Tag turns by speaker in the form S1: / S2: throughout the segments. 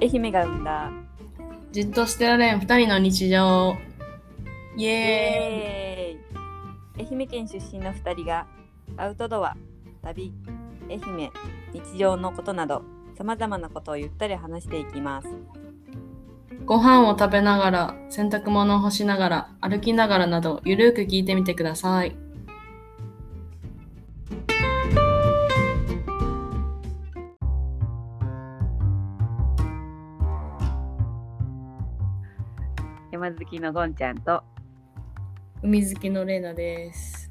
S1: 愛媛が生んだ
S2: じっとしてられん2人の日常イ
S1: イ
S2: エ
S1: エ
S2: ーイ
S1: ーイ愛媛県出身の2人がアウトドア旅愛媛日常のことなどさまざまなことをゆったり話していきます
S2: ご飯を食べながら洗濯物を干しながら歩きながらなどゆるく聞いてみてください
S1: 山好きのゴンちゃんと
S2: 海好きのレイナです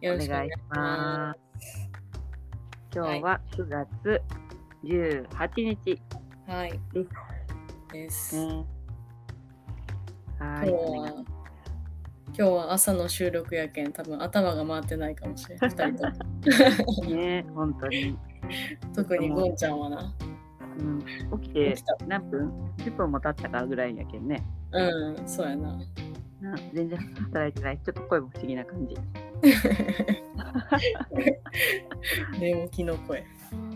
S2: よろしくお願いします
S1: 今日は9月18日
S2: すはい
S1: です
S2: です、
S1: ねは
S2: 今
S1: い
S2: 日
S1: お願い
S2: は今日は朝の収録やけん多分頭が回ってないかもしれない2人とも
S1: しますね本当に
S2: 特にゴンちゃんはな
S1: うん、起き
S2: 起
S1: て
S2: きた
S1: 何分 ?10 分も経ったからぐらいやけんね。
S2: うんそうやな
S1: な全然働いてない。ちょっと声も不思議な感じ。
S2: 寝起きの声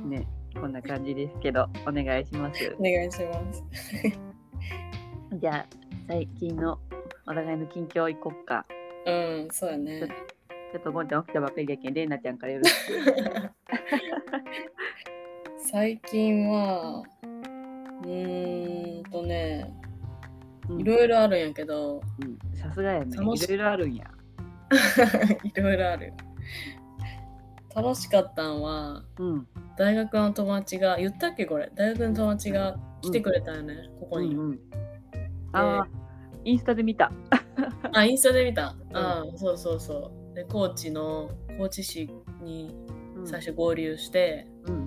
S1: ね、こんな感じですけど、お願いします
S2: お。願いします
S1: じゃあ、最近のお互いの近況行こっか。
S2: うんそうやね
S1: ちょっとゴンちゃん起きたばっかりやけん、レイナちゃんからよ ろしく。
S2: 最近はうーんとね
S1: うん
S2: いろいろあるんやけど
S1: うんさすがやね。いろ
S2: 楽しい
S1: いろあるんや。
S2: いろいろある楽しかったんは
S1: うん。
S2: 大学の友達が言ったっけこれ大学の友達が来てくれたよね、ここ
S1: うん
S2: に、
S1: うん。ああ、インスタで見た。
S2: あインスタで見た、ああそうそうそうで高知の高知市に
S1: うん
S2: 最。初合流して、
S1: うん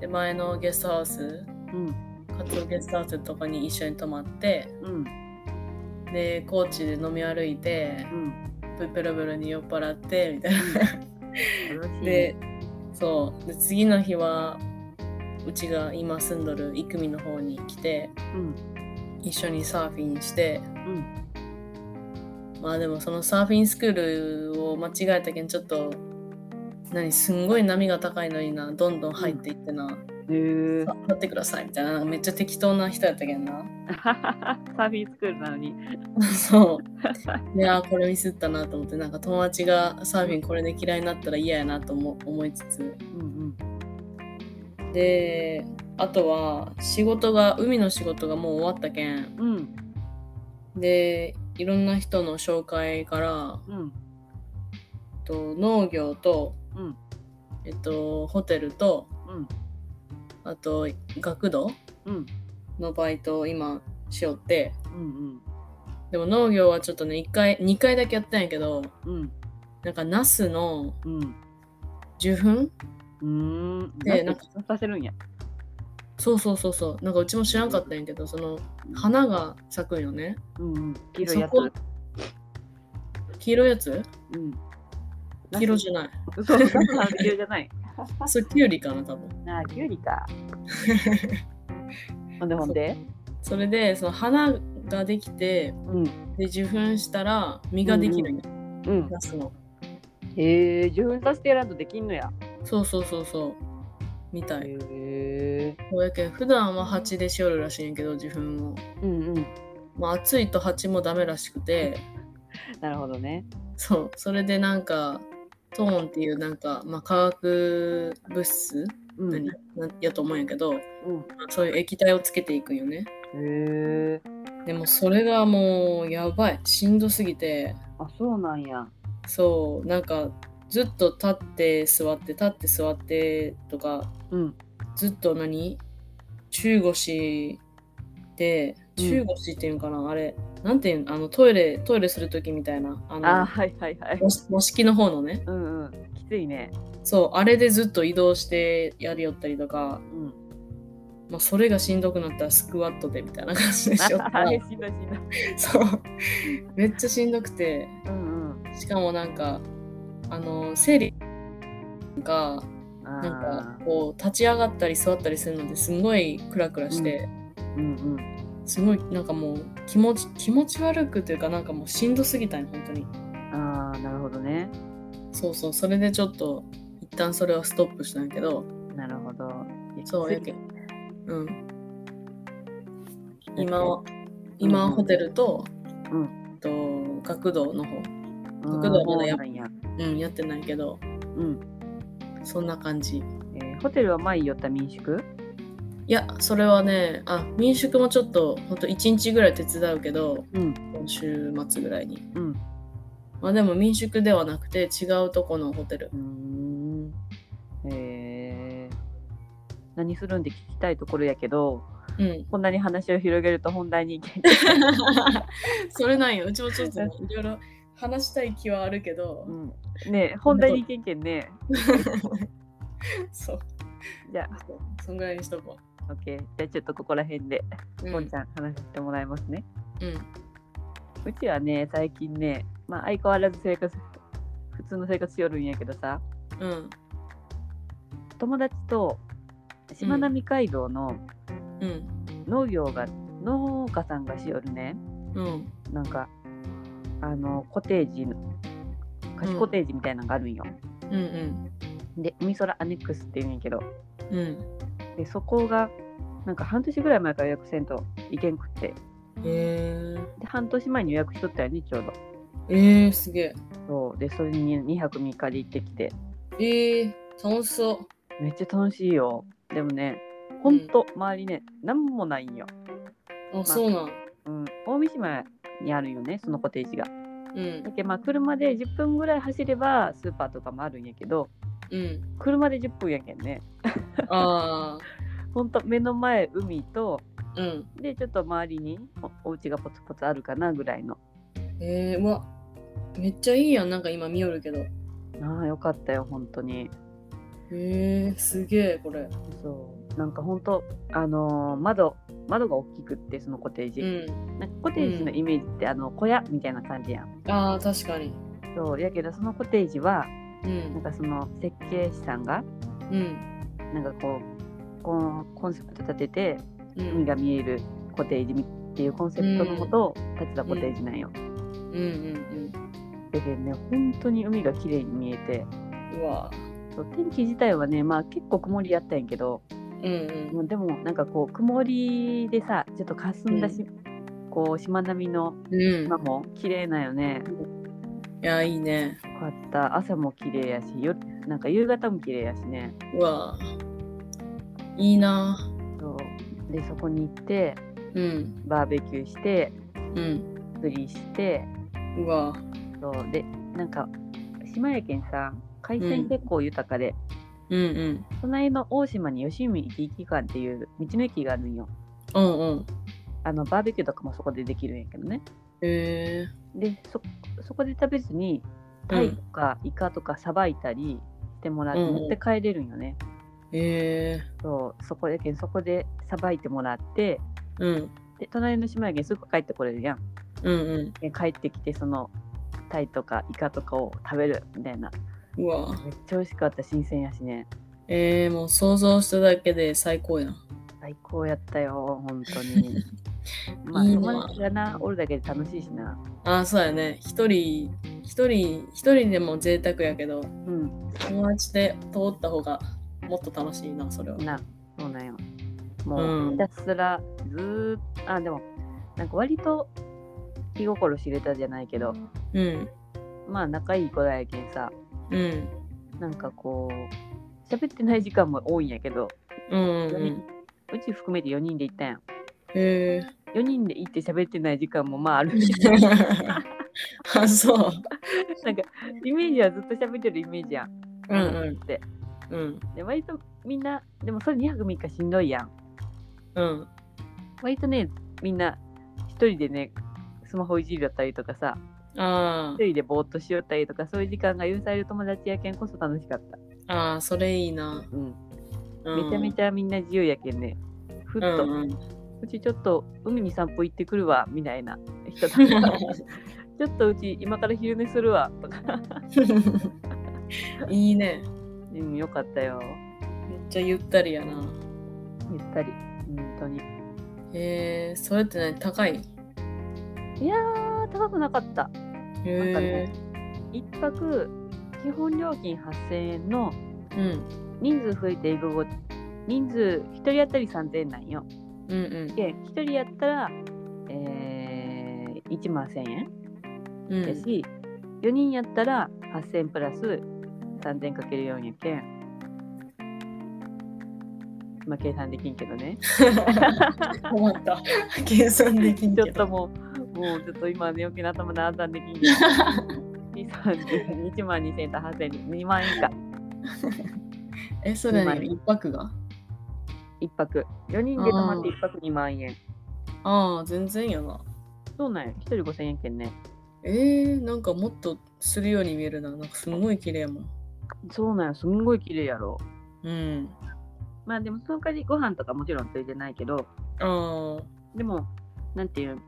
S2: で前のゲストハウス
S1: うん。
S2: カツオゲストハウスとかに一緒に泊まって
S1: うんうん
S2: で高知で飲み歩いて
S1: うん。
S2: ベロベロに酔っ払ってみたいな
S1: 楽しいね。
S2: でそうで次の日はうちが今住んどる生見の方に来て
S1: うん。
S2: 一緒にサーフィンし
S1: う
S2: て
S1: ん。
S2: まあでもそのサーフィンスクールを間違えたけんちょっと何すんごい波が高いのになどんどん入っていってな
S1: へー
S2: 「立ってください」みたいななんかめっちゃ適当な人やったけんな
S1: サーフィンスクールなのに。
S2: そういやーこれミスったなと思ってなんか友達がサーフィンこれで嫌いになったら嫌やなと思思いつつ
S1: うん
S2: であとは仕事が海の仕事がもう終わったけん
S1: うん。うん。
S2: でいろんな人の紹介から、
S1: うん。
S2: えっと、農業と、
S1: うん
S2: えっと、ホテルと
S1: うん。
S2: あと学童
S1: うん。
S2: のバイトを今しよって
S1: うん。
S2: でも農業はちょっとね1回2回だけやったんやけど
S1: うん。
S2: なんかナスの
S1: うん。
S2: 受粉
S1: うん。うん。
S2: で
S1: なんかさせるんや。
S2: そうそうそうそうなんかうちも知らんかったんやけどその花が咲くんよね
S1: うんうん。黄色いやつ。
S2: そこ黄色いやつ
S1: うん。
S2: 黄色じゃない
S1: ゃ。そう、ナスの黄色じゃない。
S2: そうキュウリかな多分
S1: なあ、キュウリ か。ほんでほんで。
S2: それでその花ができて
S1: うん。
S2: で受粉したら実ができるんよ、
S1: うん。
S2: ナスの
S1: へえ、自分させてやらんとできんのや。
S2: そうそうそうそうみたい
S1: へえ。
S2: こうやけん普段は蜂でしおるらしいんやけど自分も、
S1: うんうん。
S2: まあ、暑いと蜂もダメらしくて
S1: なるほどね。
S2: そうそれでなんかトーンっていうなんか、まあ、化学物質、
S1: うん。
S2: 何なやと思うんやけど
S1: うん。
S2: そういう液体をつけていくんよね
S1: へえ。
S2: でもそれがもうやばいしんどすぎて
S1: あ、そうなんや。
S2: そうなんかずっと立って座って立って座ってとか
S1: うん。
S2: ずっと何中腰で
S1: うん
S2: 中腰っていうんかな、あれなんていうんあのトイレトイレする時みたいなあの
S1: あ、はいはいはい。
S2: 模模式の方のね
S1: うんうん。きついね。
S2: そうあれでずっと移動してやりよったりとか、
S1: うん。
S2: まあ、それがしんどくなったらスクワットでみたいな感じで し
S1: しんど
S2: ょ
S1: いしんどい。
S2: そうめっちゃしんどくて
S1: うんうん。
S2: しかもなんかあの生理がなんかこう立ち上がったり座ったりするのですんごいクラクラして。
S1: うんうん。
S2: すごいなんかもう気持ち気持ち悪くというかなんかもうしんどすぎたんよ本当に
S1: ああ、なるほどね。
S2: そうそうそれでちょっと一旦それはストップしたんやけど
S1: なるほど。
S2: そうや
S1: きつ
S2: け
S1: い
S2: んうん今は今はホテルと,、
S1: うん
S2: と学童の方、学童はまだやっ
S1: あーそうなんや
S2: うん、やってないけど
S1: うん
S2: そんな感じい
S1: えーホテルは前寄った民宿
S2: やそれはねあ民宿もちょっとほんと1日ぐらい手伝うけど
S1: うん
S2: 今週末ぐらいに
S1: うん
S2: まあでも民宿ではなくて違うとこのホテル
S1: うーんへえ何するんで聞きたいところやけど
S2: うん
S1: こんなに話を広げると本題に行けない
S2: それなんようちもちょっとねいろいろ話したい気はあるけど
S1: う、んねえ本題に行けんけんね
S2: そう
S1: じゃ
S2: そんぐらいにしとこ
S1: あ OK じゃあちょっとここら辺で
S2: う、
S1: ポンちゃん話してもらいますね、
S2: うん
S1: うちはね最近ねまあ相変わらず生活普通の生活しよるんやけどさ
S2: うん
S1: 友達としまなみ海道の
S2: うん
S1: 農業が、農家さんがしよるね、
S2: うん
S1: なんかあのコテージの貸しコテージみたいなのがあるんよ、
S2: うんうん
S1: で海空アネックスっていうんやけど
S2: うん
S1: でそこがなんか半年ぐらい前から予約せんといけんくって
S2: へ
S1: で半年前に予約しとったよねちょうど
S2: ええー、すげえ
S1: そうでそれに2泊3日で行ってきて
S2: ええー、楽しそ
S1: めっちゃ楽しいよでもねほんと周りね、なん、何もないんよ、
S2: うあそうなん
S1: うん、大三島にあるよねそのコテージが
S2: うん
S1: だけどまあ車で10分ぐらい走ればスーパーとかもあるんやけど
S2: うん
S1: 車で10分やけんね
S2: ああ
S1: ほんと目の前海と
S2: うん
S1: でちょっと周りにおお家がポツポツあるかなぐらいの
S2: ええー、うわめっちゃいいやんなんか今見よるけどへ
S1: ああよかったよ本当に
S2: えー、すげえこれ
S1: そうなんか本当あのー窓窓が大きくってそのコテージ、
S2: うん
S1: なんかコテージのイメージって、あの小屋みたいな感じやん
S2: ああ確かに
S1: そうやけどそのコテージは
S2: う
S1: なん
S2: ん
S1: かその設計士さんが
S2: うん
S1: なんかこうこんコンセプト立てて
S2: う
S1: 海
S2: ん
S1: が見えるコテージっていうコンセプトのもと建てたコテージなんよ、
S2: うんうん
S1: でね本当に海が綺麗に見えて
S2: うんうわ
S1: そう天気自体はねまあ結構曇りやったんやけど
S2: うんうん
S1: もうでもなんかこう曇りでさちょっと霞んだし、こうしまなみの
S2: うん
S1: 今も綺麗なよね
S2: いやいいね
S1: よかった朝も綺麗やしよなんか夕方も綺麗やしね
S2: うわいいな
S1: そうでそこに行って
S2: うん
S1: バーベキューして
S2: うん
S1: 釣りして
S2: うわ
S1: そうでなんか島やけんさ海鮮結構豊かで、
S2: うんうん
S1: 隣の大島に吉見行き館っていう道の駅があるんよ
S2: うんうん
S1: あのバーベキューとかもそこでできるんやけどね
S2: へえ
S1: でそそこで食べずにタイとかイカとかさばいたりしてもらって
S2: うんうん
S1: 持って帰れるんよね、
S2: へえ
S1: そうそこやけんそこでさばいてもらって
S2: うん
S1: で隣の島やけんすぐ帰ってこれるやん
S2: うんうん
S1: で帰ってきてそのタイとかイカとかを食べるみたいな
S2: うわ
S1: めっちゃ美味しかった新鮮やしね
S2: えー、もう想像しただけで最高やん。
S1: 最高やったよ本当 にまあ
S2: いいな
S1: 友達がなおるだけで楽しいしな
S2: ああ、そうやね。一人、一人、一人でも贅沢やけど、
S1: うん
S2: 友達で通った方がもっと楽しいな、それは。
S1: なそうなんよもう
S2: うん
S1: ひたすらずーっとあでもなんか割と気心知れたじゃないけど
S2: うん、
S1: まあ仲いい子らやけんさ
S2: うん、
S1: なんかこう喋ってない時間も多いんやけど、
S2: うん、
S1: 四
S2: う
S1: 人
S2: ん。
S1: うち含めて4人で行ったやん
S2: へえ。
S1: 4人で行って喋ってない時間もまあある
S2: あ、そう。
S1: なんかイメージはずっと喋ってるイメージやん
S2: うん、
S1: んって
S2: うん、うん、
S1: で割とみんなでもそれ2泊3日しんどいやん
S2: うん。
S1: 割とねみんな一人でねスマホいじりだったりとかさ
S2: あ
S1: 一人でぼーっとしよったりとかそういう時間が許される友達やけんこそ楽しかった、
S2: あ、ああ、それいいな。
S1: うん、
S2: うん、
S1: めちゃめ
S2: ゃ。
S1: ちゃみんな自由やけんねふっ
S2: う
S1: と、
S2: ん、うん。
S1: うちちょっと海に散歩行ってくるわみたいな人 だったちょっとうち今から昼寝するわとか、
S2: いいね。
S1: うん、よかったよ
S2: めっちゃゆったりやな。
S1: ゆったり本当に
S2: へえ、それって何高い
S1: いやー高くなかった
S2: へ
S1: なんか
S2: え
S1: ね。1泊基本料金8000円の
S2: うん。
S1: 人数増えていくご人数1人当たり3000円なんよ
S2: うんうん
S1: で1人やったら、えー1万1000円
S2: うん
S1: やし、4人やったら8000プラス 3000×4 やけん。まあ計算できんけどね。
S2: 困った計算できん
S1: ち
S2: け
S1: ょっと
S2: ど
S1: もう、もうちょっと今寝起きの頭なんだんできん けど。1万2000と8000、2万円か。
S2: えそれ何一泊が
S1: 1泊。4人で泊まって1泊2万円。
S2: ああ全然やな
S1: そうなんや。1人5000円けんね。
S2: えー、なんかもっとするように見えるななんかすごい綺麗やもん
S1: そうなんや。すんごい綺麗やろ。
S2: うん
S1: まあでもその代わりご飯とかもちろんついてないけど、
S2: あ
S1: でも、なんていうん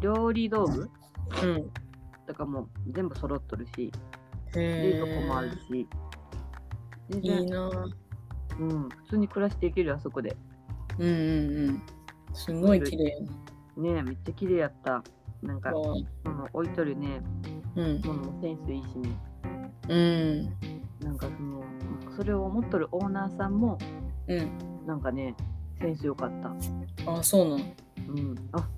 S1: 料理道具
S2: あうん
S1: とかも全部揃っとるし、冷
S2: へ
S1: 蔵庫もある
S2: ー
S1: し、全
S2: い
S1: 然
S2: いな
S1: うん、普通に暮らしていけるよあそこで。
S2: うんうんうんすごい綺麗や
S1: ねえ、めっちゃ綺麗やった。なんか
S2: な、わあ
S1: その置いとるね、
S2: うん
S1: ものもセンスいいしね、
S2: うん
S1: なんかその、それを持っとるオーナーさんも、
S2: うん
S1: なんかね、センス良かった。
S2: あそうなの
S1: うん、あ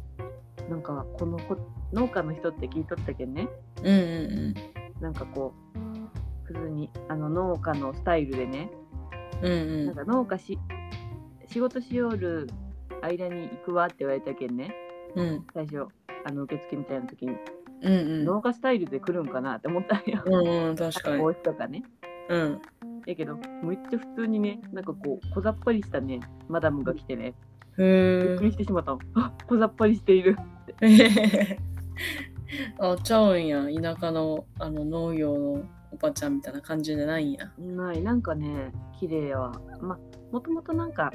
S1: なんかこのこ農家の人って聞いとったけんね、
S2: うんうん
S1: なんかこう、普通にあの農家のスタイルでね、
S2: うんうん
S1: な
S2: うんん
S1: か農家し仕事しよる間に行くわって言われたけんね
S2: うん
S1: 最初あの受付みたいな時に、
S2: うんうん
S1: 農家スタイルで来るんかなって思ったんよ
S2: うんうん 確かに
S1: 帽子とかね
S2: うん
S1: やけどめっちゃ普通にねなんかこう小ざっぱりしたねマダムが来てねびっ
S2: へ
S1: くりしてしまったのあ 小ざっぱりしている
S2: え あちゃうんや田舎のあの農業のおばちゃんみたいな感じじゃないんや
S1: ないなんかね綺麗やわまあもともとなんか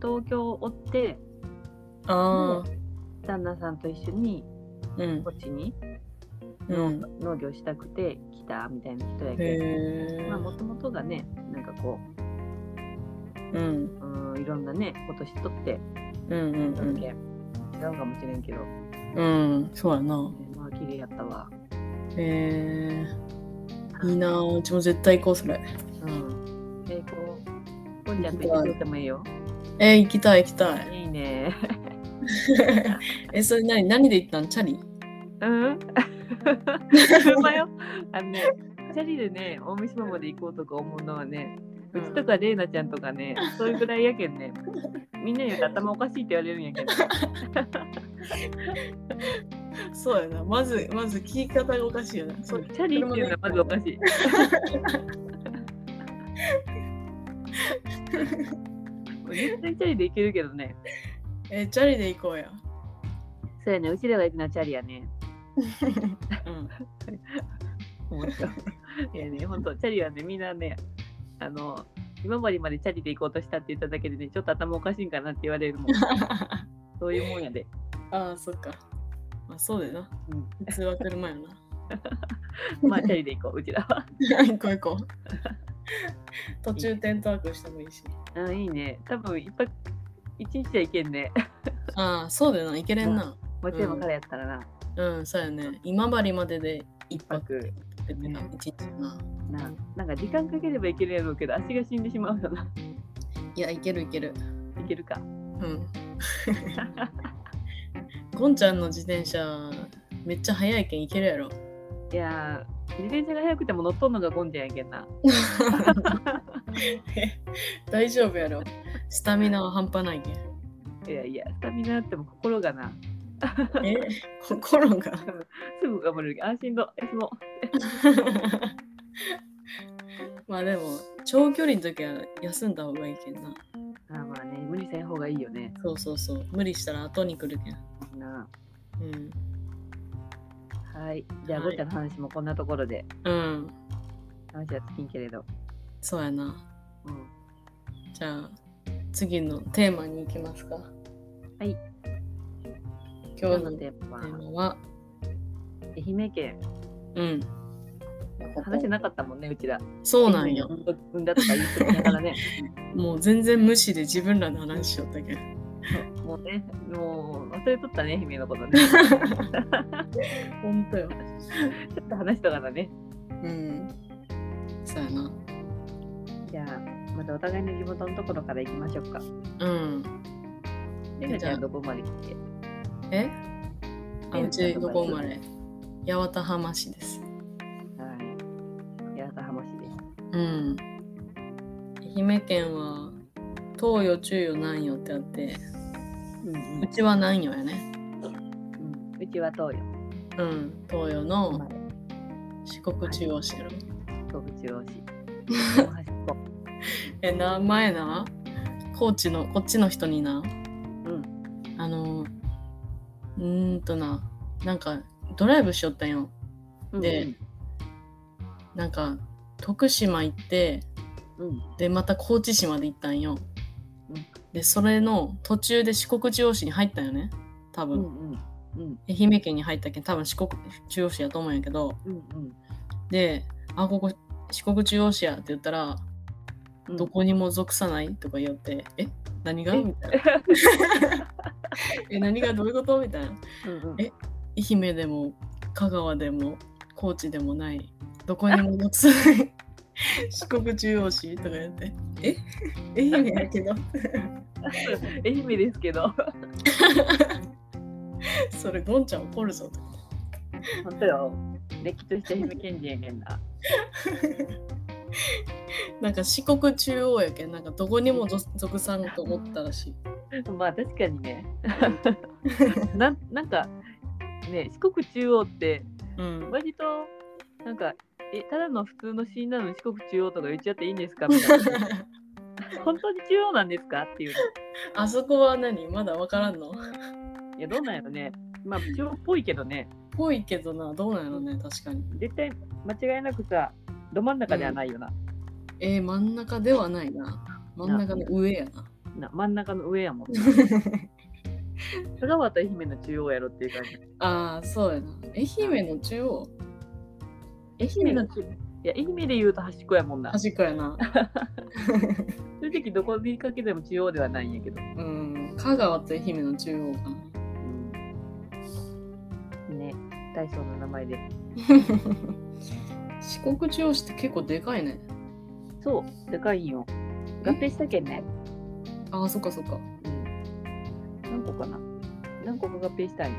S1: 東京を追って
S2: ああ
S1: 旦那さんと一緒に
S2: うん
S1: こっちに
S2: うん
S1: 農業したくて来たみたいな人や
S2: へ
S1: けど
S2: え
S1: まあ、もともとがね、なんかこう、
S2: うん
S1: うーん、いろんなね、ことしとって、
S2: うんうん
S1: なんけ、違うかもしれんけど、ね
S2: うんうんそうやな
S1: まあ、綺麗やったわ。
S2: へえいいなあうちも絶対行こうそれ
S1: うん。え、こう、こんちゃんと行ってくれてもいいよ。
S2: えー、行きたい行きたい
S1: いいね。
S2: えそれ何何で行ったんチャリ
S1: うん。車よ。あのね、チャリでね、大三島まで行こうとか思うのはね、うちとかレイナちゃんとかね、そういうぐらいやけん ね、みんなに頭おかしいって言われるんやけど、
S2: そうやなまずまず聞き方がおかしいよな
S1: そうチャリっていうのはまずおかし い。絶対チャリで行けるけどね。
S2: えチャリで行こうや
S1: そうやね、うちらが行くのはチャリやね。
S2: うん
S1: 思った。いやね、本当チャリはね、みんなね、あの、今治までチャリで行こうとしたって言っただけでね、ちょっと頭おかしいんかなって言われるもん。そういうもんやで。
S2: ああ、そっか。まあ、そうだよな。
S1: う
S2: 普通は 車やな。
S1: ん、まあ、チャリで行こう、うちらは。
S2: 行こう行こう。途中テントワークしてもいいし。
S1: うん、いいね。多分いっぱい、一日じゃ行けんね。
S2: ああ、そうだよな。行けれんな。
S1: 松山からやったらな。
S2: うん、そうやね。今治までで一泊
S1: 泊
S2: ってな、一日やな。
S1: ななんか時間かければいけるやろうけど足が死んでしまうよな
S2: いや、行ける行ける。
S1: いけるか
S2: うん。ゴンちゃんの自転車、めっちゃ速いけん行けるやろ。
S1: いやー自転車が速くても乗っとんのがゴンちゃんやけんな
S2: 大丈夫やろ。スタミナは半端ないけん。
S1: いやいやスタミナあっても心がな
S2: え、心が。
S1: すぐ頑張れるけど安心ど休も
S2: まあでも長距離の時は休んだ方がいいけんな
S1: うあーまあね無理せん方がいいよね
S2: そうそうそう無理したら後に来るけん
S1: な
S2: うん
S1: あはいじゃあ
S2: はい
S1: ゴンちゃんの話もこんなところで
S2: うん
S1: 話は尽きんけれど、
S2: そうやな
S1: うん、
S2: じゃあ次のテーマに行きますか
S1: い
S2: 今
S1: 今
S2: 日
S1: 日の
S2: のテ
S1: テーマは
S2: ーマは
S1: 愛媛県
S2: うん
S1: 話してなかったもんねうちら
S2: そうなんよ
S1: 愛媛を産んだとか言ってながら ね
S2: もう全然無視で自分らの話しよったけん
S1: もうねもう忘れとったね愛媛のこと ね
S2: ほんとよ
S1: ちょっと話しとかだね
S2: うんそうやな
S1: じゃあまずお互いの地元のところから行きましょうか。
S2: うん
S1: レイナちゃんどこまで来て。
S2: えあ
S1: え
S2: うちどこ生まれ八幡浜市です。
S1: はい。八幡浜市です。
S2: うん。愛媛県は東予中予南予ってあって
S1: うん
S2: うちは南予やね。
S1: うん。うちは東洋。
S2: うん。東予の四国中央市やろ。
S1: 東部中央市。大橋こ
S2: えな前な高知のこっちの人にな
S1: うん。
S2: あのうーんとななんかドライブしよったんよでなんか徳島行って
S1: うん、うん。
S2: でまた高知市まで行ったんよ、
S1: うん
S2: でそれの途中で四国中央市に入ったんよね多
S1: う
S2: 分、
S1: ん。うん。うん。
S2: 愛媛県に入ったけん多分四国中央市やと思うんやけど
S1: うん。
S2: で「あここ四国中央市や」って言ったら
S1: う
S2: 「
S1: ん。
S2: どこにも属さない?」とか言って「え何が?」
S1: え
S2: みたいな 「え何がどういうこと?」みたいな
S1: うんうん
S2: え愛媛でも香川でも高知でもないどこにも属さない 四国中央市とか言って「え愛媛やけど」
S1: 愛媛ですけど。
S2: それゴンちゃん怒るぞとか
S1: 本当よ。れっきとした愛媛県人やけんな。
S2: なんか四国中央やけんなんかどこにもぞ属さんと思ったらしい
S1: まあ確かにね。ななんかね四国中央って
S2: うん
S1: 割となんかえただの普通の市なのに四国中央とか言っちゃっていいんですかみたいな本当に中央なんですかっていう
S2: あそこは何まだ分からんの
S1: いやどうなんやろねまあ中央っぽいけどね
S2: ぽいけどなどうなのね確かに
S1: 絶対間違いなくさど真ん中ではないよな,、
S2: えー、真ん中ではないな真ん中の上や な
S1: な真ん中の上やもんな香川と愛媛の中央やろっていう感じ
S2: ああそうやな愛媛の中央
S1: 愛媛の中いや愛媛で言うと端っこやもんな
S2: 端っこやな
S1: 正直どこにかけても中央ではないんやけど
S2: うん香川と愛媛の中央 か
S1: ね、ダイソーの名前で。
S2: な四国中央市って結構でかいね
S1: そう、でかいんよ。合併したけんね。
S2: ああそっかそっか
S1: うん。何個かな何個か合併したい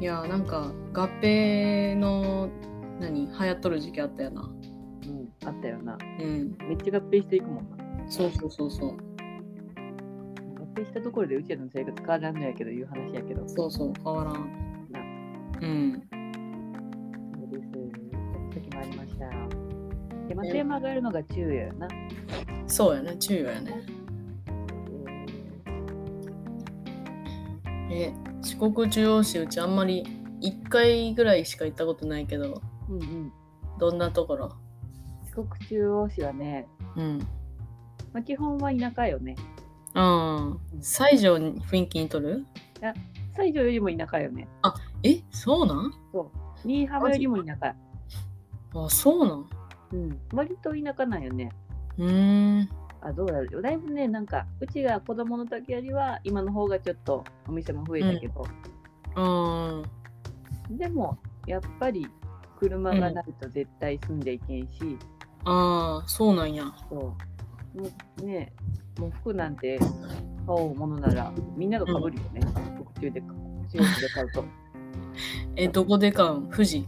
S2: いやーなんか合併の何流行っとる時期あったよな
S1: うん、あったよな。
S2: うん
S1: めっちゃ合併していくもんな。
S2: そうそうそうそう
S1: 合併したところでうちらの生活変わらんのやけど、いう話やけど。
S2: そうそう変わらんうん
S1: そうです。その時もありました。で、松山があるのが中央やな。
S2: そうやね中央やねえ四国中央市うちあんまり1回ぐらいしか行ったことないけど
S1: うんうん。
S2: どんなところ
S1: 四国中央市はね、
S2: うん
S1: まあ、基本は田舎よね。
S2: ああ西条に雰囲気にとる
S1: 西条よりも田舎よね。
S2: えそうなん
S1: 新居浜よりも田舎。
S2: あそうなん
S1: うん。割と田舎なんよね。
S2: うーん
S1: あどうだろうだいぶねなんかうちが子供の時よりは今の方がちょっとお店も増えたけど、
S2: あー
S1: でもやっぱり車がないと絶対住んでいけんし、
S2: あーそうなんや
S1: そうもうねもう服なんて買おうものならみんながかぶるよね、特注でか中国で買うと
S2: えどこで買うん富士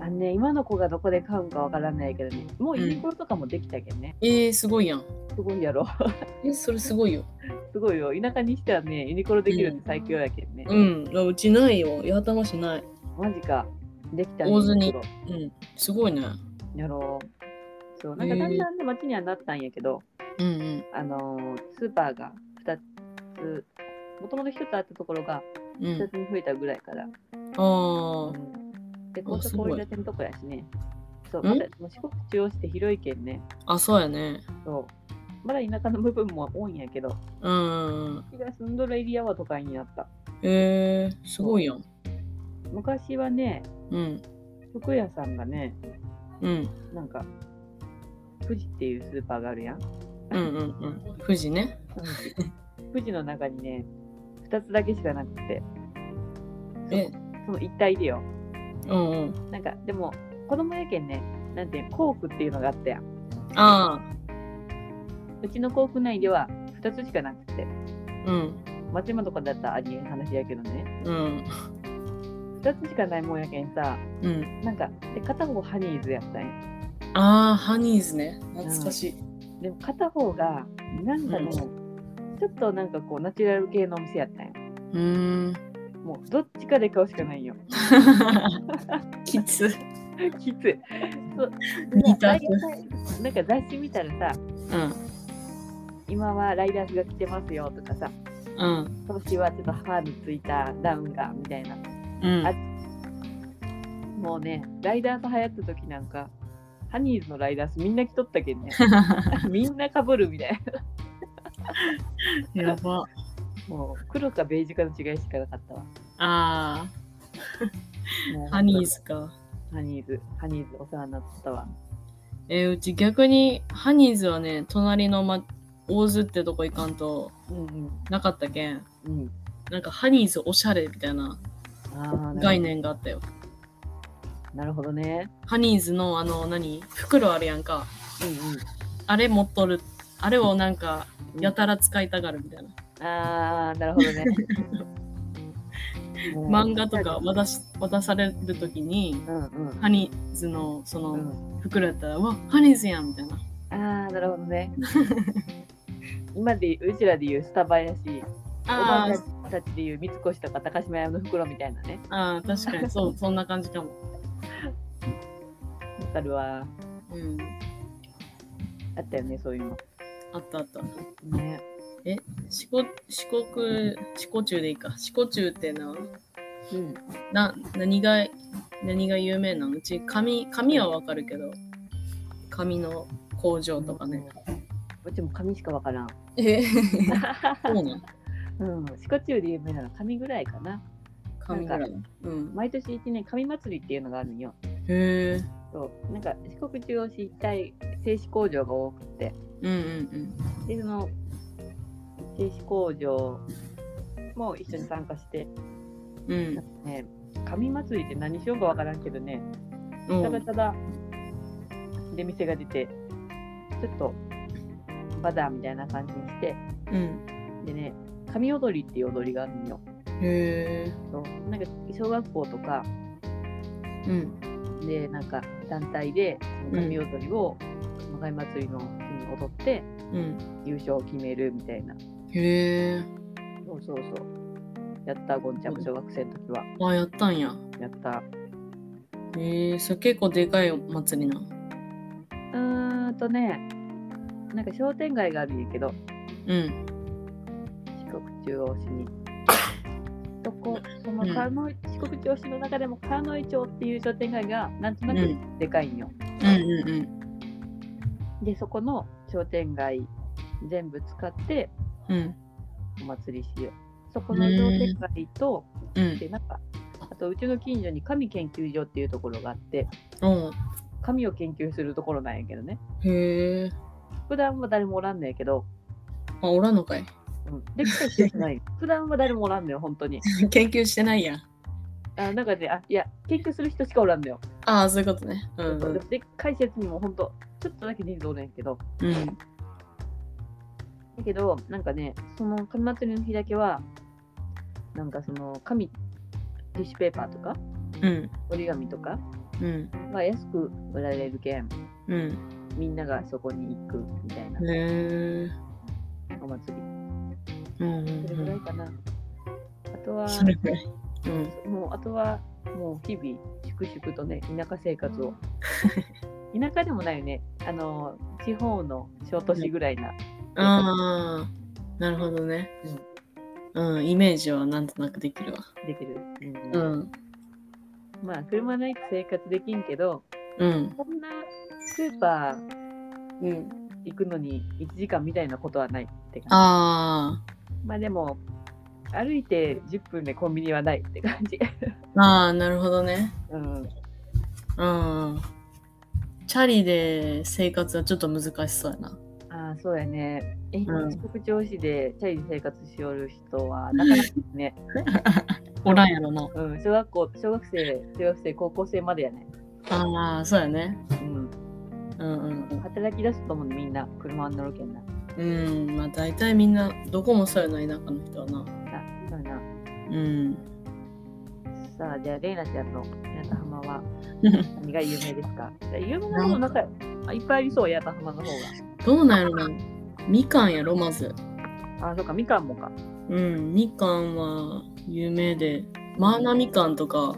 S1: あのね今の子がどこで買うんかわからないけどねもうユニクロとかもできたけどね、
S2: えー、すごいやん
S1: すごいやろ
S2: えそれすごいよ
S1: すごいよ田舎にしてはねユニクロできるって最強やけんね、
S2: うんあうちないよ八幡浜市ない
S1: マジかできた
S2: 大津に
S1: ユニクロ
S2: うんすごいね
S1: やろう。そうなんか
S2: へえ
S1: だんだんね街にはなったんやけど、
S2: うんうん
S1: あのースーパーが2つもともと1つあったところが
S2: う
S1: 2
S2: ん
S1: つに増えたぐらいから、
S2: ああ
S1: で高
S2: す
S1: 速
S2: ごい
S1: 降り立てのとこやしねそう
S2: うん
S1: まだもう四国中央市って広いけんね
S2: あそうやね
S1: そうまだ田舎の部分も多いんやけど
S2: うん
S1: うちが住んどるエリアは都会になった
S2: えー、すごいやん
S1: 昔はね
S2: うん
S1: 服屋さんがね
S2: うん
S1: なんか富士っていうスーパーがある やん
S2: うんうんうん。富士ね。
S1: 富士の中にね2つだけしかなくて
S2: え、
S1: その一体でよ
S2: うんうん。
S1: なんかでも子供やけんねなんていうコークっていうのがあったやん
S2: あ
S1: うちのコーク内では2つしかなくて
S2: あ、うん。
S1: 松山とかだったらありえん話やけどね
S2: うん。
S1: 2つしかないもんやけんさ
S2: うん。
S1: なんかで片方ハニーズやったんや
S2: ああ、ハニーズね。懐かしい。
S1: でも片方がなんかね、ちょっとなんかこうナチュラル系のお店やったんや
S2: うーん。
S1: もうどっちかで買うしかないよ
S2: きつ。
S1: きついそう
S2: 似た
S1: ライダーさんなんか雑誌見たらさ
S2: うん。
S1: 今はライダースが来てますよとかさ
S2: うん。
S1: 今年はちょっと歯についたダウンがみたいな
S2: うん。
S1: あもうねライダース流行った時なんかハニーズのライダースみんな着とったけん ねみんなかぶるみたい
S2: やば。
S1: なもう黒かベージュかの違いしかなかったわ
S2: あ
S1: もう
S2: あ、ハニーズか。
S1: ハニーズハニーズお世話になったわ
S2: えーうち逆にハニーズはね、隣の、ま、大津ってとこ行かんと
S1: うんうん
S2: なかったけん、
S1: うん
S2: なんかハニーズおしゃれみたいな
S1: ああ
S2: 概念があったよ。
S1: なるほどね
S2: ハニーズのあの、何袋あるやんか。
S1: うん
S2: あれ持っとる。あれをなんか、
S1: うん
S2: やたら使いたがるみたいな。
S1: ああなるほど ねもう
S2: 漫画とか渡し渡されるときに、
S1: うんうん
S2: ハニーズのそうの
S1: ん
S2: 袋やったら、うわ、ハニーズやんみたいな。
S1: ああなるほどね今でうちらで言うスタバやしおば
S2: あー
S1: あたちでいう三越とか高島屋の袋みたいなね。
S2: あー、確か にそう、そんな感じかも。
S1: わかるわ。
S2: うん。
S1: あったよね、そういうの。
S2: あったあった。
S1: ね。
S2: 四国、四国、四国中でいいか。四国中ってな、
S1: うん。
S2: な、何が、何が有名なのうち、紙、紙はわかるけど、紙の工場とかね。。
S1: うちも紙しかわからん。
S2: え そうなん
S1: うん。四国中で有名なのは紙ぐらいかな。
S2: 紙ぐらい。うん。
S1: 毎年一年紙祭りっていうのがあるんよ。
S2: へえ。
S1: そう。なんか四国中を知りたい製紙工場が多くて。
S2: うんうん
S1: で、その製紙工場も一緒に参加して。
S2: うん。うん
S1: なんかね、紙祭りって何しようかわからんけどね。
S2: うん
S1: ただただ出店が出てちょっとバザーみたいな感じにして
S2: うん。
S1: でね神踊りっていう踊りがあるのよ
S2: へえ。
S1: そうなんか小学校とか
S2: うん。
S1: でなんか団体でその神踊りをその神祭りの日に踊って
S2: うん。
S1: 優勝を決めるみたいな
S2: へえ。
S1: そうそうそうやったゴンちゃんも小学生の時は
S2: あ、やったんや。
S1: やった
S2: へえ、それ結構でかいお祭りな。
S1: うーんとねなんか商店街があるんやけど
S2: うん。
S1: 四国中央市に。そこ、その川の、四国中央市の中でも川の井町っていう商店街がなんとな
S2: う
S1: く
S2: ん
S1: でかいんよ。
S2: うんうんうん。
S1: で、そこの商店街全部使って
S2: うん。
S1: お祭りしよう。そこの商店街と、
S2: うん。
S1: で、なんか、あとうちの近所に神研究所っていうところがあって、
S2: うん。
S1: 神を研究するところなんやけどね。
S2: へえ。
S1: 普段は誰もおらんねんけど、
S2: あ、おらんのかい。
S1: うん、できた人しないよ。普段は誰もおらんねん、本当に。
S2: 研究してないやん。
S1: あなんかね、あいや、研究する人しかおらんのよ。
S2: ああ、そういうことね。うんうん。
S1: でっかい施設にも本当ちょっとだけ人数おるんやけど
S2: うん。
S1: だけどなんかねその神祭りの日だけはなんかその紙ティッシュペーパーとか
S2: うん。
S1: 折り紙とか
S2: うん。
S1: が安く売られるけん
S2: うん。
S1: みんながそこに行くみたいな
S2: へえ。
S1: お祭り
S2: うんう
S1: それぐ
S2: ん
S1: ら
S2: う
S1: い
S2: ん。
S1: かなあとは
S2: それぐらい。うん。
S1: もうあとはもう日々粛々とね田舎生活を 田舎でもないよねあの地方の小都市ぐらいな
S2: ああ、なるほどね。うん、イメージはなんとなくできるわ。
S1: できる、うん
S2: うん。
S1: まあ車ないと生活できんけど
S2: うん。
S1: こんなスーパー
S2: うん、
S1: 行くのに1時間みたいなことはないって感じ
S2: あ
S1: まあでも歩いて10分でコンビニはないって感じ
S2: あ、ああ、なるほどね。
S1: うん
S2: うん。チャリで生活はちょっと難しそうやな。
S1: ああそうやねえ
S2: うん
S1: 四国調子でチャリで生活しおる人はなかなかね、
S2: おらんやろな。
S1: うん、小学校小学生中学生高校生までやね
S2: ああ、そうやね。
S1: うん
S2: うんうん
S1: 働き出すと思うみんな車に乗るけんな
S2: うん。うん、まあ大体みんな、どこもそうやな、田舎の人はな。
S1: 白いな。
S2: うん。
S1: さあ、じゃあ、レイナちゃんの八幡浜 は何が有名ですかじゃあ有名なものなんかあいっぱいありそう、八幡浜の方
S2: どうなんやろなみかんやろまず。
S1: が。あ、そうか、みかんもか。
S2: うん、みかんは有名で、マーナみかんとか、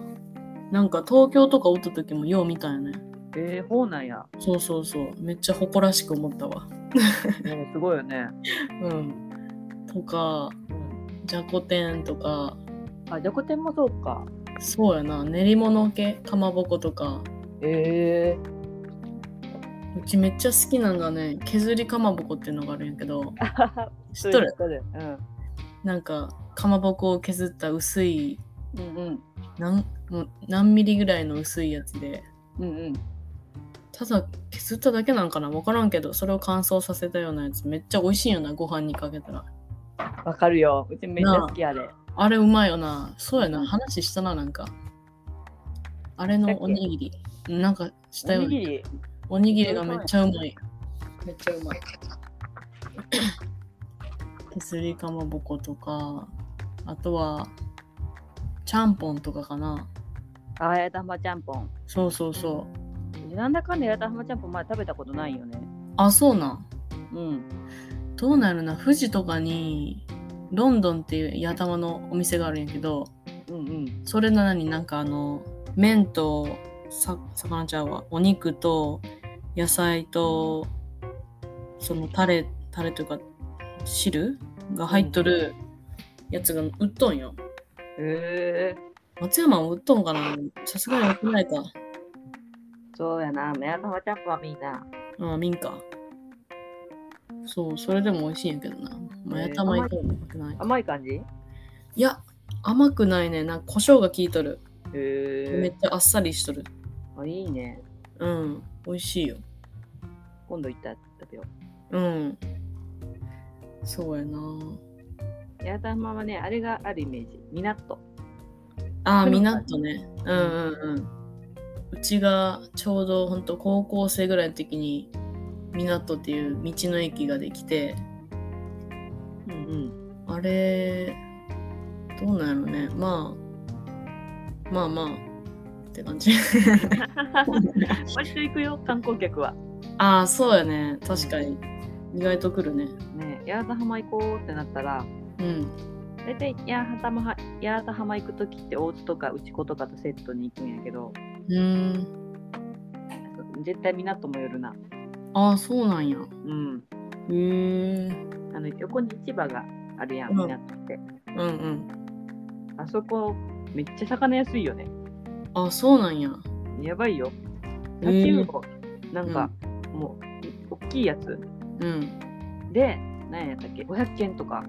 S2: なんか東京とかおった時もよう見たよね。
S1: えー、ほうなんや。
S2: そうそうそう、めっちゃ誇らしく思ったわ。
S1: ね、すごいよね。
S2: うん。とか、じゃこ天とか、
S1: あ、じゃこ天もそうか。
S2: そうやな、練り物系、かまぼことか。
S1: え
S2: うちめっちゃ好きなんがね、削りかまぼこっていうのがあるんやけど、
S1: えー。
S2: 知っ
S1: そう
S2: とる
S1: ですそうです
S2: なんか、かまぼこを削った薄い、
S1: うん。うん
S2: なんもう何ミリぐらいの薄いやつで、
S1: うん。うんうん。
S2: ただ削っただけなんかな分からんけどそれを乾燥させたようなやつめっちゃ美味しいよなご飯にかけたら
S1: わかるよ。うちめっちゃ好きあれ。
S2: あれうまいよなそうや
S1: う
S2: なん話したななんかあれのおにぎりなんかした
S1: お
S2: よ
S1: にぎ
S2: ね
S1: り。
S2: おにぎりがめっちゃうまいめっちゃうま い削りかまぼことかあとはちゃんぽんとかかな
S1: あ、八幡浜ちゃんぽん。
S2: そうそうそう
S1: なんだかんだ八幡浜ちゃんぽん前食べたことないよね。
S2: あそうなん
S1: うん。
S2: どうなるな富士とかにロンドンっていう八頭のお店があるんやけど
S1: うんうん。
S2: それなのになんかあの麺とさ魚ちゃんはお肉と野菜とそのタレタレというか汁が入っとるやつが売っとんよ
S1: ええ
S2: 松山も売っとんかなさすがに売ってないか
S1: そうやな。八幡浜ちゃんぽんはみんな。
S2: ああ民家そうそれでも美味しいんやけどな、まあ、八頭行こうくない
S1: 甘い感じ
S2: いや甘くないねなんか胡椒が効いとるめ
S1: へ
S2: っちゃあっさりしとる。
S1: あいいね。
S2: うん。美味しいよ。
S1: 今度行ったら食べよ
S2: うん。そうやな。
S1: う。八幡浜はね、あれがあるイメージ。みなっと。
S2: ああ、
S1: そう
S2: み
S1: な
S2: なん
S1: だ
S2: っとね。うんうんうん。うちがちょうど本当高校生ぐらいの時に、みなっとっていう道の駅ができて、
S1: うん うん。
S2: あれ、どうなんやろね。まあ、まあまあ、って感じ。
S1: 割と行くよ、観光客は。
S2: ああ、そうやね。確かに。意外と来るね。
S1: ね、八幡浜行こうってなったら、
S2: うん。
S1: 大体八幡浜八幡浜行く時って大津とか内子とかとセットに行くんやけど、
S2: うーん。
S1: 絶対港も寄るな。
S2: ああ、そうなんや。
S1: うん。
S2: へえ。
S1: あの横に市場があるやん、
S2: うん
S1: 港って。
S2: うんうん。
S1: あそこ、めっちゃ魚安いよね。
S2: あ、そうなんや。
S1: やばいよ。
S2: へ
S1: タ
S2: ー
S1: チウオ、なんか、もう、大きいやつ
S2: うん。
S1: で、何やったっけ、500円とか、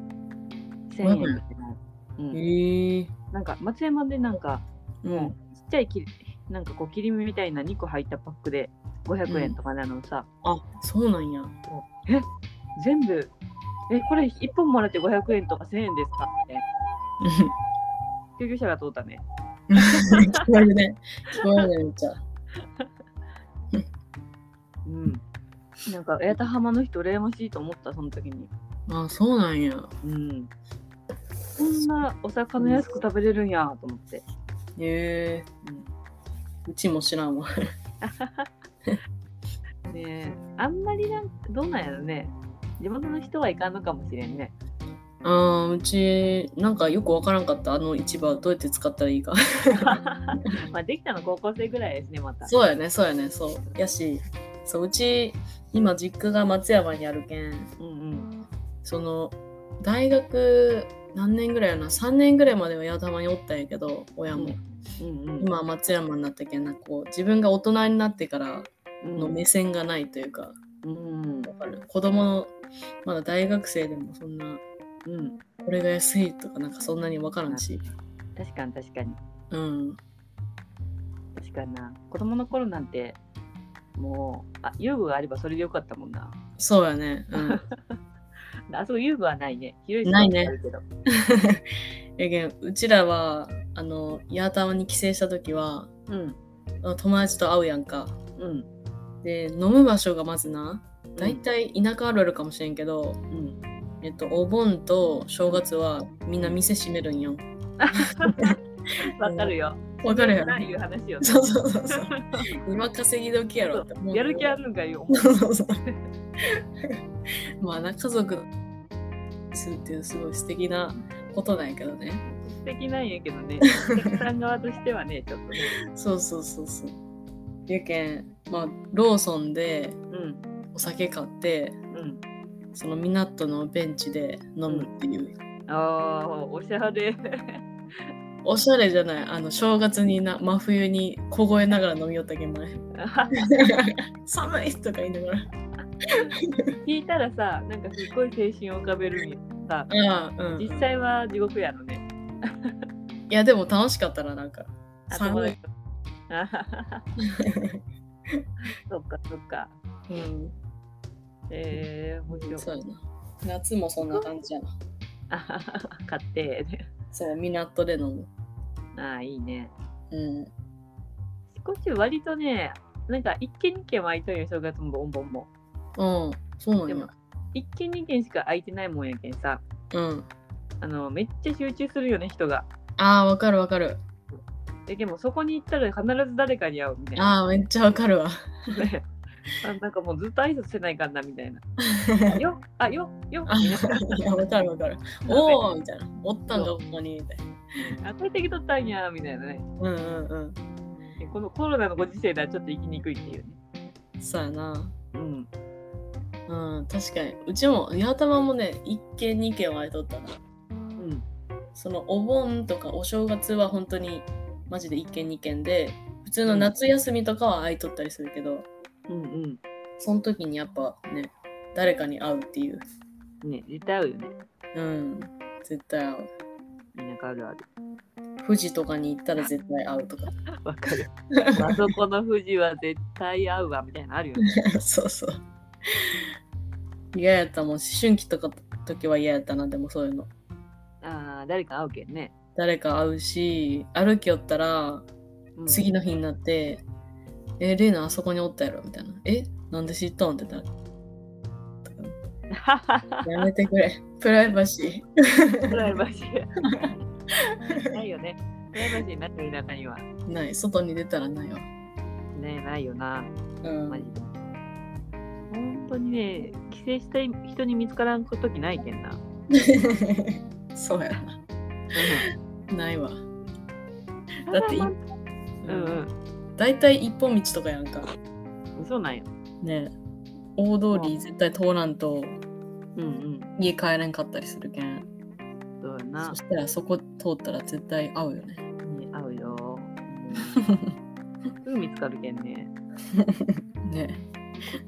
S1: 1000円とかな。うん、
S2: へえ。
S1: なんか松山でなんか
S2: も
S1: ちっちゃいきなんかこう切り身みたいな2個入ったパックで500円とかなのさ、
S2: うん、あ、そうなんや。
S1: え全部えこれ1本もらって500円とか1000円ですかって救急車が通ったね
S2: 聞こえるね。聞こえるね、めっちゃ。
S1: うんなんか八幡浜の人羨ましいと思ったその時に
S2: あ、そうなんや。
S1: うんこんなお魚安く食べれるんやと思って、
S2: へえ。うちも知らんわ。
S1: うん、ねえあんまりなんどうなんやろね地元の人はいかんのかもしれんね
S2: あーうち、なんかよくわからんかった。あの市場、どうやって使ったらいいか。
S1: まあできたの高校生ぐらいですねまた
S2: そうやね、そうやね、そう。やし、そう、うち、今、実家が松山にあるけ
S1: うん
S2: ん、
S1: うん
S2: その、大学、何年ぐらいやな、3年ぐらいまでは八頭におったんやけど、親も。
S1: うんうん
S2: 今松山になったけんなこう自分が大人になってからの目線がないというか、
S1: うん
S2: わかる子供のまだ大学生でもそんな
S1: うん
S2: これが安いとかなんかそんなに分からんし、
S1: 確かに確かに
S2: うん、
S1: 確かにな子供の頃なんてもうあ遊具があればそれでよかったもんな
S2: そうやね、 うん、
S1: あそこ遊具はないね広い
S2: ないね
S1: スペースあるけど
S2: やけんうちらはあの八幡に帰省した時は
S1: うん
S2: あ友達と会うやんか
S1: うん
S2: で飲む場所がまずな大体田舎あるあるかもしれんけど、
S1: うん
S2: えっと、お盆と正月はみんな店閉めるんよ。
S1: わかるよ。
S2: わかるや
S1: よ。
S2: ろ
S1: 何いう話よね。
S2: そうそうそうそう。今稼ぎ時やろって思うけ
S1: や
S2: ど
S1: る気あるんかいよ。
S2: そうそうそう まあな家族するっていうすごい素敵なことなんやけどね。
S1: 素敵なんやけどね。お客さん側としては ね、ちょっとね。
S2: そうそうそうそう。やけん、まあローソンで
S1: うん。
S2: お酒買って、
S1: うん。
S2: その港のベンチで飲むっていう。
S1: ああ、おしゃれ。
S2: おしゃれじゃない、あの正月にな真冬に凍えながら飲みよったけん前。 寒いとか言いながら。
S1: 聞いたらさ、なんかすっごい精神を浮かべるんやさ、
S2: ああ、うん。い
S1: 実際は地獄やろね。
S2: やでも楽しかったらなん か。
S1: 頭
S2: 寒
S1: が
S2: い。
S1: あははは そっかそっか。
S2: うん。
S1: えー、面白い。
S2: そうやな。夏もそんな感じやな。
S1: あははは 買って。
S2: そう、港で飲む。
S1: ああ、いいね。
S2: うん。
S1: 四国中割とね、なんか一軒二軒は空いとるよ、正月もボンボンも。
S2: うん。そう
S1: で
S2: なん
S1: も
S2: や。、
S1: 一軒二軒しか空いてないもんやけんさ、
S2: うん。
S1: あの、めっちゃ集中するよね、人が。
S2: ああ、わかるわかる。
S1: ででも、そこに行ったら必ず誰かに会うみたいな。
S2: ああ、めっちゃわかるわ。
S1: ね あなんかもうずっと挨拶せないかんなみたいな。 よあよよ
S2: あ
S1: みたい
S2: いや、わかるわかる。
S1: な
S2: おおみたいな。おったんだ、ほんまに。みたいな。
S1: あ帰ってきとったんやみたいなね。
S2: うんうん
S1: このコロナのご時世ではちょっと行きにくいっていうね。
S2: うん。そうやな。
S1: うん。
S2: うん、確かに。うちも、八幡もね、一軒二軒は空いとったな。
S1: うん。
S2: そのお盆とかお正月は本当にマジで一軒二軒で、普通の夏休みとかは空いとったりするけど、
S1: うん
S2: その時にやっぱね、誰かに会うっていう。
S1: うん。ね、絶対合うよね。
S2: うん、絶対会う。
S1: 田舎あるある。
S2: 富士とかに行ったら絶対会う とか。
S1: わか る。あそこの富士は絶対合うわみたいなのあるよね。
S2: そうそう。嫌やったもん。思春期とか時は嫌やったな、でもそういうの。
S1: ああ、誰か会うけんね。
S2: 誰か会うし、歩きよったら、
S1: うん
S2: 次の日になって、え、レイナあそこにおったやろみたいな。え、なんで知っとんって言ったら。やめてくれ。 プライバシ
S1: プライバシー。 ないよね。プライバシーないよ、田舎には。
S2: ー。ない。外に出たらないわ。
S1: ね、ないよな。
S2: う
S1: マジ
S2: ん。
S1: で。本当にね、帰省したい人に見つからんこときないけんな。
S2: そうやな。ないわ。
S1: だ
S2: だってい、
S1: うん
S2: う、
S1: うんん
S2: だいたい一本道とかやんか。
S1: うん。そうなんよ。
S2: ね大通り絶対通らんと
S1: うんうん。
S2: 家帰れんかったりするけん
S1: そうやな
S2: そ。したらそこ通ったら絶対合うよね
S1: ね合うよ。うんすぐ見つかるけんね。
S2: ね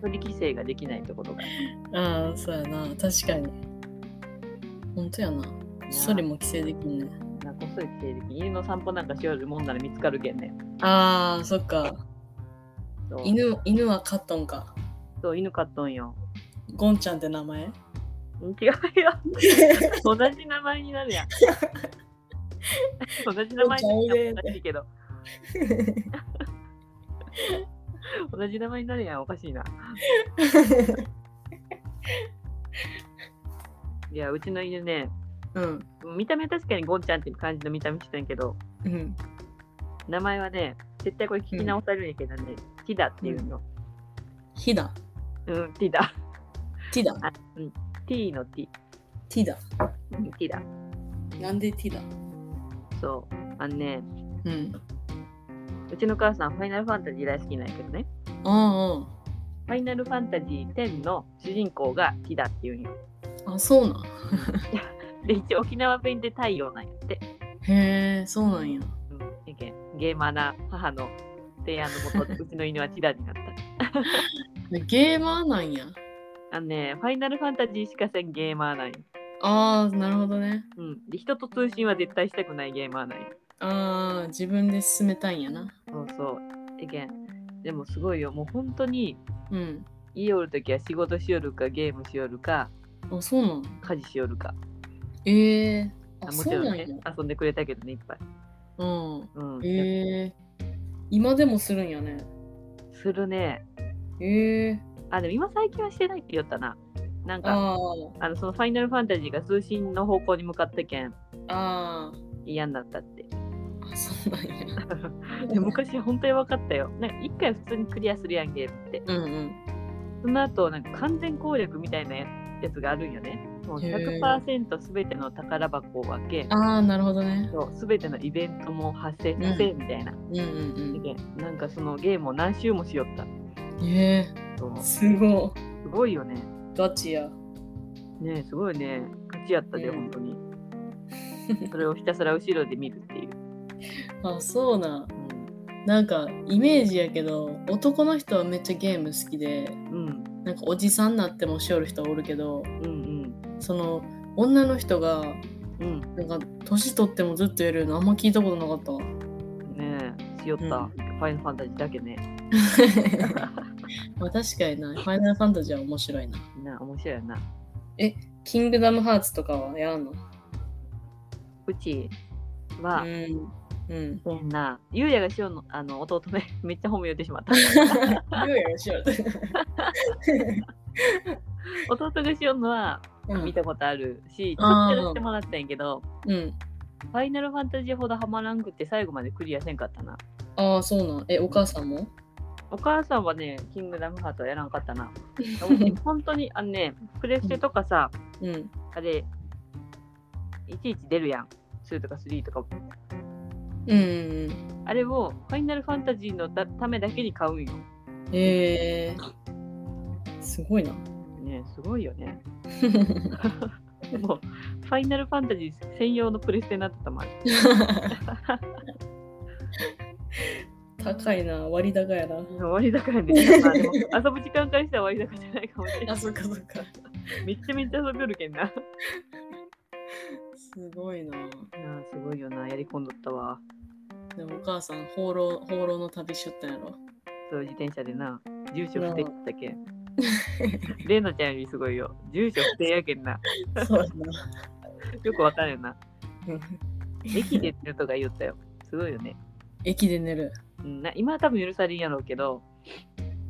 S1: 取り規制ができないところが。
S2: ああそうやな確かに本当やなそれも規制できんね
S1: なこっそり帰省でき犬の散歩なんかしよるもんなら見つかるけんね。
S2: あーそっか
S1: そう
S2: 犬犬は飼っとんか
S1: そう犬飼っとんよ。
S2: ゴンちゃんって名前
S1: うん違うよ。同じ名前にな るやん。同じ名前になるやん。おかしいけど。同じ名前になるやん。おかしいな。いや、うちの犬ね、
S2: うん
S1: 見た目は確かにゴンちゃんっていう感じの見た目してんけど、
S2: うん
S1: 名前はね、絶対これ聞き直されるんやけどね、ティダっていうの。
S2: ヒダ
S1: うん、ティダ。
S2: ティダ
S1: ィのティ。
S2: ティダ
S1: うんティダ。
S2: なんでティダ
S1: そう。あのね、
S2: うん
S1: うちの母さん、ファイナルファンタジー大好きなんやけどね。
S2: あ
S1: ファイナルファンタジー10の主人公がティダっていうんよ。
S2: ああそうなん
S1: で、一応沖縄弁で太陽なんやって。
S2: へえそうなんや
S1: うん、やけんゲーマーな母の提案のもとで、うちの犬はティダになった。
S2: ゲーマーなんや
S1: あのね、 ファイナルファンタジーしかせんゲーマーなんよ。
S2: ああなるほどね
S1: うん。で、人と通信は絶対したくないゲーマーなんよ。
S2: ああ自分で進めたいんやな
S1: そうそう。やけん。でもすごいよ。もう本当に
S2: うん
S1: 家おるときは仕事しよるか、ゲームしよるか、
S2: あそうなん
S1: 家事しよるか。
S2: ええ
S1: あ
S2: あ
S1: も
S2: そ
S1: ち
S2: う
S1: ろん
S2: なん
S1: ね
S2: や、
S1: 遊んでくれたけどね、いっぱい。
S2: うん
S1: うん。
S2: ええ今でもするんやね
S1: するね。
S2: ええ
S1: あ、でも今最近はしてないって言ったな。なんか
S2: あ
S1: あのそのファイナルファンタジーが通信の方向に向かったけん
S2: ああ
S1: 嫌になったって
S2: あそうなん や
S1: で昔本当に分かったよなんか一回普通にクリアするやんゲームって
S2: うんうん
S1: その後なんか完全攻略みたいなやつがあるんよねもう
S2: へー
S1: 100%全ての宝箱を開け
S2: ああなるほどね
S1: そう全てのイベントも発生させみたいな、
S2: うんうん
S1: でなんかそのゲームを何周もしよった
S2: うんへえ
S1: そうす
S2: すご
S1: ごいよね
S2: いガチや
S1: ねえすごいね勝ちやったで、
S2: う
S1: 本
S2: ん
S1: 当にそれをひたすら後ろで見るっていう、
S2: あそうなん
S1: う
S2: なんかイメージやけど男の人はめっちゃゲーム好きで
S1: ん、
S2: なんかおじさんになってもしおる人はおるけど
S1: うんうん
S2: その女の人が
S1: うんうん
S2: なんか年取ってもずっとやるのあんま聞いたことなかったわ
S1: ねえしよった、
S2: うん
S1: ファイナルファンタジーだけね
S2: まあ確かになファイナルファンタジーは面白いな
S1: なあ面白いよな
S2: キングダムハーツとかはやらんの
S1: うちは、
S2: うんうん
S1: せんなゆうやがしようのあの弟め めっちゃ褒め言ってし まった
S2: いやいやしよ
S1: 弟がしようのは
S2: ううん
S1: 見たことあるし、ちょ
S2: あ
S1: っ
S2: ー
S1: とやらせてもらったんやけど
S2: うん
S1: ファイナルファンタジーほどハマらんくって最後までクリアせんかったな
S2: ああそうなんえお母さんも
S1: お母さんはねキングダムハートはやらんかった な本当にあのねプレステとかさ
S2: うん
S1: あれいちいち出るやん2とか3とか
S2: うんうん
S1: あれをファイナルファンタジーのたためだけに買うんよ
S2: へえすごい な
S1: ねすごいよねもうファイナルファンタジー専用のプレステになってた もん
S2: 高いな割高やな
S1: 終わりだからね、まあ、でも遊ぶ時間からしたら終わりだからじゃないかもしれな
S2: あ
S1: い
S2: そっかそっか
S1: めっちゃめっちゃ遊びよるけんなな
S2: すごいな
S1: あすごいよなやり込んどったわ
S2: でもお母さん放浪放浪の旅しちゃったんやろ
S1: そう自転車でな住所不定だった けんレナちゃんよりすごいよ住所不定やけんな
S2: そうや
S1: よくわかるよな
S2: な
S1: 駅で寝るとか言ったよすごいよね、
S2: 駅で寝る
S1: うん、な今は多分許されんやろうけど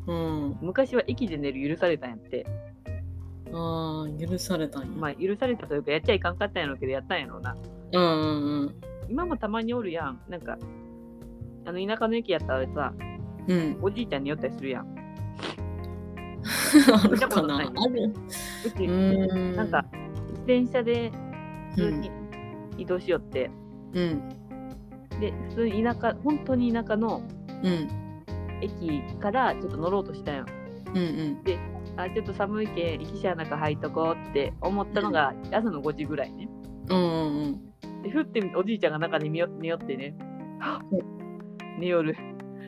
S2: うん
S1: 昔は駅で寝る許されたんやって
S2: ああ許されたんや、
S1: まあ許されたというかやっちゃいかんかったんやろうけどやったんやろうな
S2: うんうん
S1: 今もたまにおるやんなんかあの田舎の駅やったらさ
S2: うん うん
S1: おじいちゃんに寄ったりするやん
S2: あるかなある
S1: う
S2: う
S1: ち
S2: ん
S1: なんか自転車で普通
S2: う
S1: に
S2: ん
S1: 移動しよって、
S2: うん
S1: で普通に田舎本当に田舎の
S2: うん
S1: 駅からちょっと乗ろうとしたんやん
S2: うんうん
S1: あちょっと寒いけん駅舎の中入っとこうって思ったのが朝の5時ぐらいね
S2: うんうん
S1: でふっておじいちゃんが中に見よ寝よってねはっ寝よる、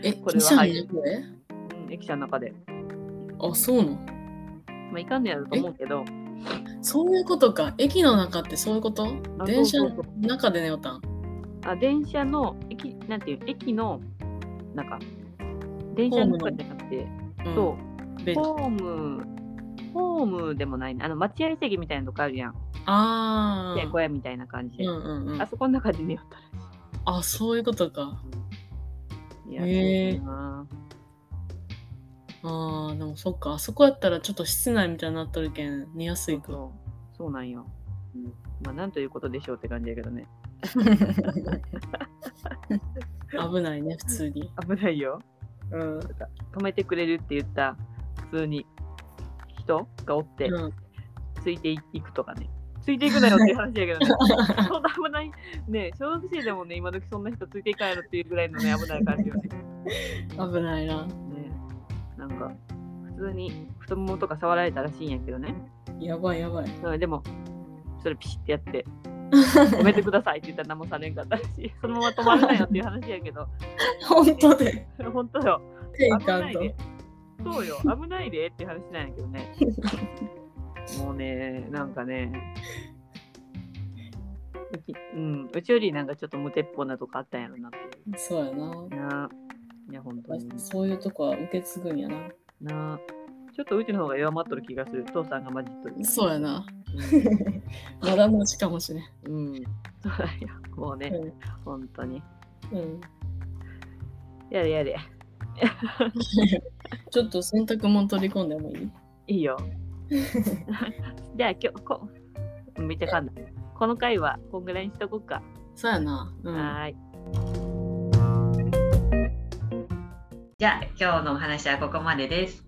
S2: え
S1: こ
S2: こ
S1: れ
S2: れ
S1: は
S2: は
S1: 入
S2: 入
S1: る
S2: るこれ
S1: うん、駅舎の中で
S2: あそうなの
S1: まあいかんのやろと思うけど
S2: そういうことか駅の中ってそういうこと
S1: あ
S2: 電車
S1: そう
S2: の
S1: そうそう
S2: 中で寝よったん
S1: あ電車の駅なんていう駅のなんか電車の中じゃなくて、
S2: うん
S1: そ
S2: ベ
S1: う
S2: ンチ
S1: ホームホームでもないねあの待合席みたいなとこあるやん
S2: あ
S1: で
S2: あ
S1: 小屋みたいな感じで、
S2: うんうんうん
S1: あそこの中で寝よったら
S2: あそういうことか
S1: しいいや
S2: へー
S1: そうだな
S2: ああでもそっかあそこやったらちょっと室内みたいになっとるけん寝やすいか
S1: そうそうなんよ、まあなんということでしょうって感じやけどね
S2: 危ないね普通に
S1: 危ないよ
S2: うん、うん、
S1: 止めてくれるって言った普通に人がおって、ついていくとかねついていくなよっていう話やけどねそんな危ないね小学生でもね今時そんな人ついていかんやろっていうぐらいのね危ない感じよね
S2: 危ないな
S1: ねなんか普通に太ももとか触られたらしいんやけどね
S2: やばいやばい
S1: うんでもそれピシッてやって止めてくださいって言ったら何もされんかったしそのまま止まるなよっていう話やけど
S2: 本当で
S1: 本当よ
S2: 手い
S1: 危
S2: か
S1: なんい
S2: と
S1: でそう よ危ないでっていう話なんやけどねもうねなんかねうち,、うん、うちよりなんかちょっと無鉄砲なとこあったんやろなってい
S2: そうやな
S1: うないや本当に
S2: そういうとこは受け継ぐんやな
S1: なちょっとうちの方が弱まっとる気がする父さんが混じっとる
S2: そうや なまだのうちかもしれん
S1: うん、うん、そうだよもうね、
S2: うん
S1: 本当に
S2: うん
S1: やれやれ
S2: ちょっと洗濯物取り込んでもいい
S1: いいよじゃあ今日こめっちゃ噛んだこの回はこんぐらいにしとこうか、
S3: そうやな。うん。
S1: はーいじゃあ今日のお話はここまでです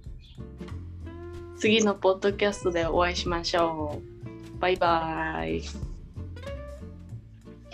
S2: 次のポッドキャストでお会いしましょう。バイバイ。